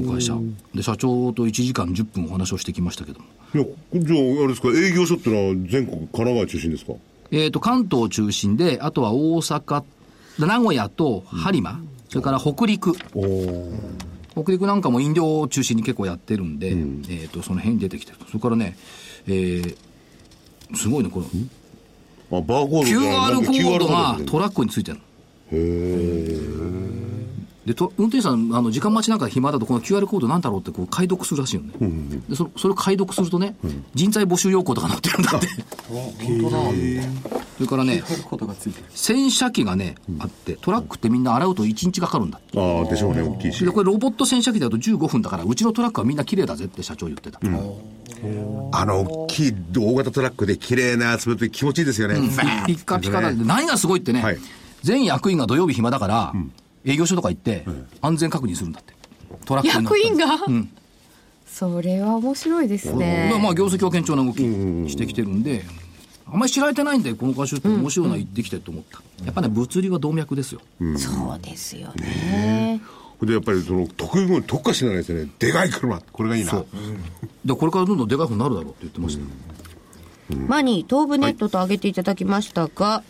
S8: の会社で社長と1時間10分お話をしてきましたけども
S7: いやじゃああれですか営業所ってのは全国神奈川中心ですか
S8: えー、と関東中心であとは大阪名古屋と播磨、それから北陸北陸なんかも飲料を中心に結構やってるんで、えー、とその辺に出てきてるとそれからね、えーすごいねこの
S7: あバーコードじゃない
S8: QR
S7: な
S8: コードが
S7: んか QR コードですね
S8: トラックについてるのでと運転手さんあの時間待ちなんか暇だとこの QR コードなんだろうってこう解読するらしいよね、でそそれを解読するとね、人材募集要項とか載ってるんだってそれからね
S6: ことがついてる
S8: 洗車機がね、あってトラックってみんな洗うと1日かかるんだって
S7: ああでしょうね大きいし
S8: でこれロボット洗車機だと15分だからうちのトラックはみんな綺麗だぜって社長言ってた、
S7: あの大きい大型トラックで綺麗な集めて気持ちいいですよね、バーン
S8: ピッカピカだって、何がすごいってね、
S7: はい
S8: 全役員が土曜日暇だから、営業所とか行って、安全確認するんだって。トラックに乗った
S4: 役
S8: り
S4: 員が、
S8: ん
S4: それは面白いですね
S8: まあまあ業績は堅調な動きしてきてるんで、あんまり知られてないんで、この会社って面白いな行ってきてと思った。やっぱね、物流は動脈ですよ。
S4: そうですよね
S7: でやっぱりその得意分特化してないですよねでかい車これがいいな
S8: で、これからどんどんでかい方になるだろうって言ってましたよ。
S4: マニー東部ネットと上げていただきましたが、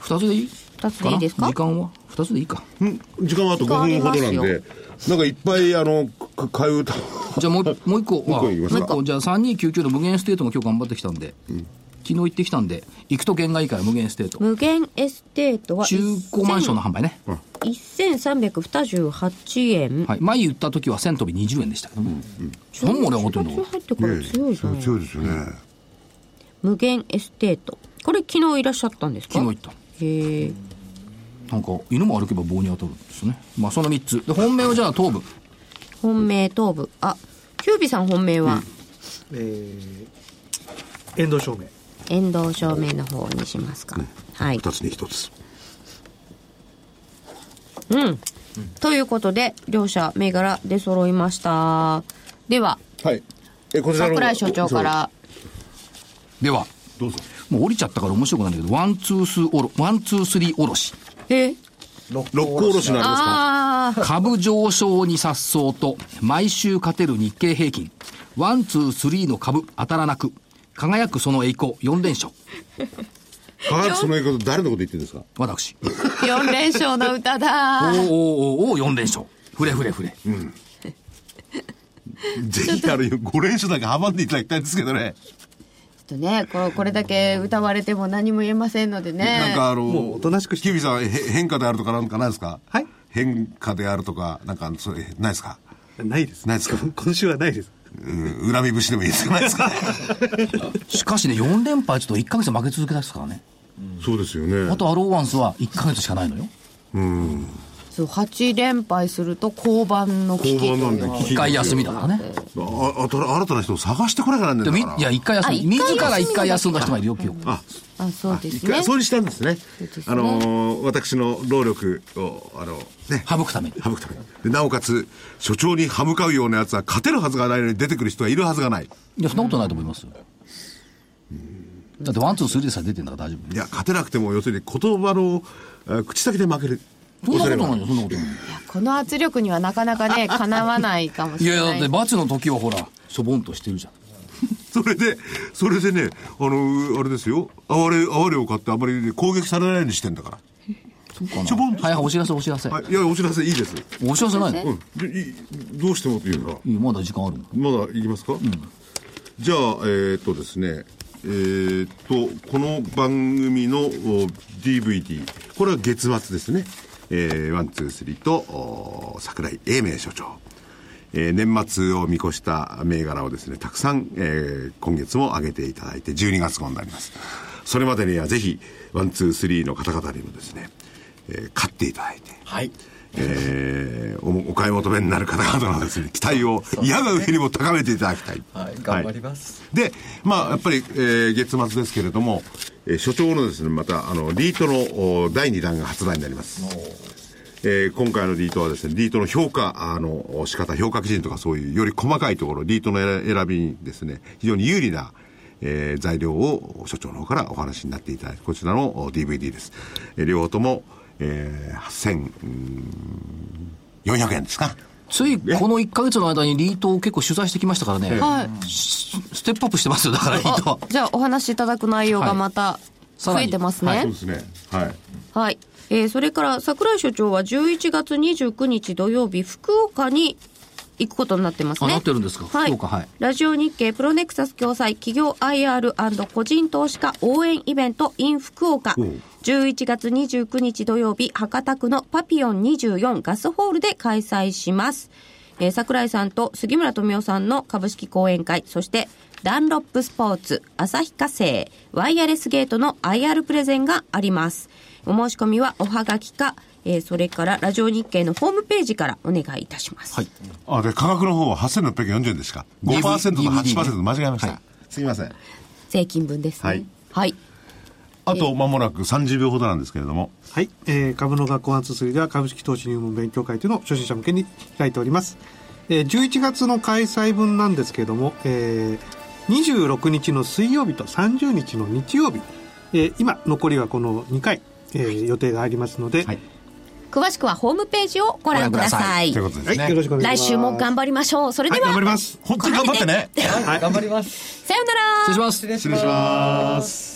S8: 二つでいい
S4: 二つでいいですか
S8: 時間は二つでいいか。
S7: うん時間はあと5分ほどなん
S4: 変わり
S7: でなんかいっぱいあのか買う歌
S8: じゃあもう、もう一個は、
S7: もう一個
S8: もう
S7: 言いますか
S8: 一個、じゃあ3299の無限ステートも今日頑張ってきたんで、昨日行ってきたんで、行くと限界から無限ステート。
S4: 無限エステートは
S8: 中古マンションの販売ね。
S4: 1328円、
S8: はい、前言った時は1000飛び20円でしたけど、ねそんなもん俺が上がってんだ
S4: 4
S8: か
S4: 月入ってから強いじゃない、
S7: 強いですよね
S4: 無限エステートこれ昨日いらっしゃったんですか
S8: 昨日行っ
S4: へえ
S8: らなんか犬も歩けば棒に当たるんですねまあその3つで本命はじゃあ頭部
S4: 本命頭部あキュービさん本命は
S5: えー、遠藤照明
S4: 遠藤照明の方にしますか、はい
S12: 二つに一つ。
S4: ということで、両者銘柄出揃いました。では、
S7: はい。え、こちらの
S4: 桜井所長か。ら、
S8: では
S7: どうぞ。
S8: もう降りちゃったから面白くないんだけどワンツースーおろワンツースリーおろし
S4: え
S7: 六甲おろしにな
S4: あ
S7: りますか
S4: ー、
S8: 株上昇に颯爽と毎週勝てる日経平均ワンツースリーの株当たらなく輝くその栄光4連勝
S7: 科学その言い方、誰のこと言ってるんですか
S8: 私
S4: 4連勝の歌
S8: お
S4: だ。
S8: ーおーおーおー4連勝フレフレフレ
S7: ぜひ、あの、5連勝だけ阻んでいただきたいんですけどね。
S4: ちょっとねこ、これだけ歌われても何も言えませんのでね。
S7: なんかあの、
S5: もうおとなしくして
S7: 日々さん、へ変化であるとかなんかないですか
S5: はい
S7: 変化であるとか、なんか、それ、ないですか
S5: ないです。
S7: ないですか
S5: 今週はないです。
S7: うん、恨み節でもいいですかないですか
S8: しかしね4連敗ちょっと1ヶ月で負け続けですからね
S12: そうですよね
S8: あとアローワンスは1ヶ月しかないのよ
S4: そう8連敗すると降板の危機と
S12: 交番
S4: い
S12: なん
S4: う
S12: で
S4: のが
S12: 聞き
S8: 1回休みだからね
S12: あ
S7: あ、あと、新たな人を探してこなきゃなんねえ
S8: で
S7: ん
S8: もい
S7: だ
S8: い
S7: から。
S8: や1回休
S4: あ一
S8: み
S4: 回休み
S8: 自ら1回休んだ人がいるよ今日
S7: あ、
S4: あそうです
S7: 一
S4: ね
S7: 回、そうにしたんですね。
S4: ですね
S7: あのー、私の労力を、あの、ね、
S8: 省くために
S7: 省くためにでなおかつ、所長に歯向かうような奴は勝てるはずがないのに出てくる人はいるはずがない。
S8: いやそんなことないと思いますよだってワンツースリーでさえ出てんだから大丈夫
S7: いや、勝てなくても、要するに言葉の、あ口先で負ける。
S8: そんなこと
S7: 恐れが
S8: な
S7: ある
S8: いよそんなことない
S4: この圧力にはなかなかねかなわないかもし
S8: いや
S4: れ
S8: いや
S4: な
S8: だ
S4: い
S8: って罰の時はほらしょぼんとしてるじゃん
S7: それで、それでね、あの、あれですよ、哀れ、哀れを買ってあまり攻撃されないようにしてんだから。
S8: そうかな
S7: しょぼんと
S8: はいはいお知らせお知らせ、
S7: はい、いや、お知らせいいです。
S8: お知らせないの、
S7: うん。でいいどうしてもというか、
S8: いやまだ時間あるの
S7: まだいきますか、じゃあ、えーっとですね、えーっと、この番組のお DVD、これは月末ですね。えー、ワン、ツー、スリーと、お桜井英明所長。えー年末を見越した銘柄をですね、たくさん、えー今月も上げていただいて、12月号になります。それまでにはぜひ、ワン、ツー、スリーの方々にもですね、えー買っていただいて、
S6: はい
S7: えーおお買い求めになる方々のですね期待を嫌がう日にも高めていただきたい、
S6: はい頑張ります
S7: はいでまあやっぱり、えー月末ですけれども、えー所長のですねまたあのリートのお第2弾が発売になりますえー今回のリートはですね、リートの評価、あの、仕方、評価基準とかそういうより細かいところ、リートの選選びにですね、非常に有利な、えー材料を所長の方からお話になっていただいて、こちらのお DVD です。えー両方とも、えー、8400円ですか。
S8: ついこの1か月の間にリートを結構取材してきましたからね、しステップアップしてますよだからリートは
S4: じゃあお話しいただく内容がまた
S8: さ
S4: 増
S8: ら
S4: え
S8: に
S4: てますね、
S7: そうですね。はい。
S4: はい。えーそれから桜井所長は11月29日土曜日、福岡に行くことになってますね。
S8: あなってるんですか
S4: はい。
S8: 福岡はい
S4: ラジオ日経プロネクサス共催企業 IR& 個人投資家応援イベント in 福岡。11月29日土曜日、博多区のパピオン24ガスホールで開催します。えー桜井さんと杉村富夫さんの株式講演会、そしてダンロップスポーツ、旭化成、ワイヤレスゲートの IR プレゼンがあります。お申し込みはおはがきか、えーそれからラジオ日経のホームページからお願いいたします。
S8: はい
S7: あ、で、価格の方は8640円ですか。
S8: DVD
S7: 5%と8%間違えました。
S8: はい
S7: すみません。
S4: 税金分ですね。は
S7: はいい。
S4: はい。
S7: あと、間もなく30秒ほどなんですけれども。
S5: はい、えー株の学校発水では株式投資入門勉強会というのを初心者向けに開いております、えー11月の開催分なんですけれども、えー26日の水曜日と30日の日曜日、えー今残りはこの2回、えー予定がありますので、はい
S4: 詳しくはホームページをご覧ください。
S7: ということですね。
S5: よろしくお願い
S4: 来
S5: します
S4: 週も頑張りましょう。それでは、
S5: はい、頑張ります
S7: 本当に頑張ってね。
S6: はい頑張ります
S4: さようなら
S8: 失礼
S6: 失
S8: します
S6: 礼します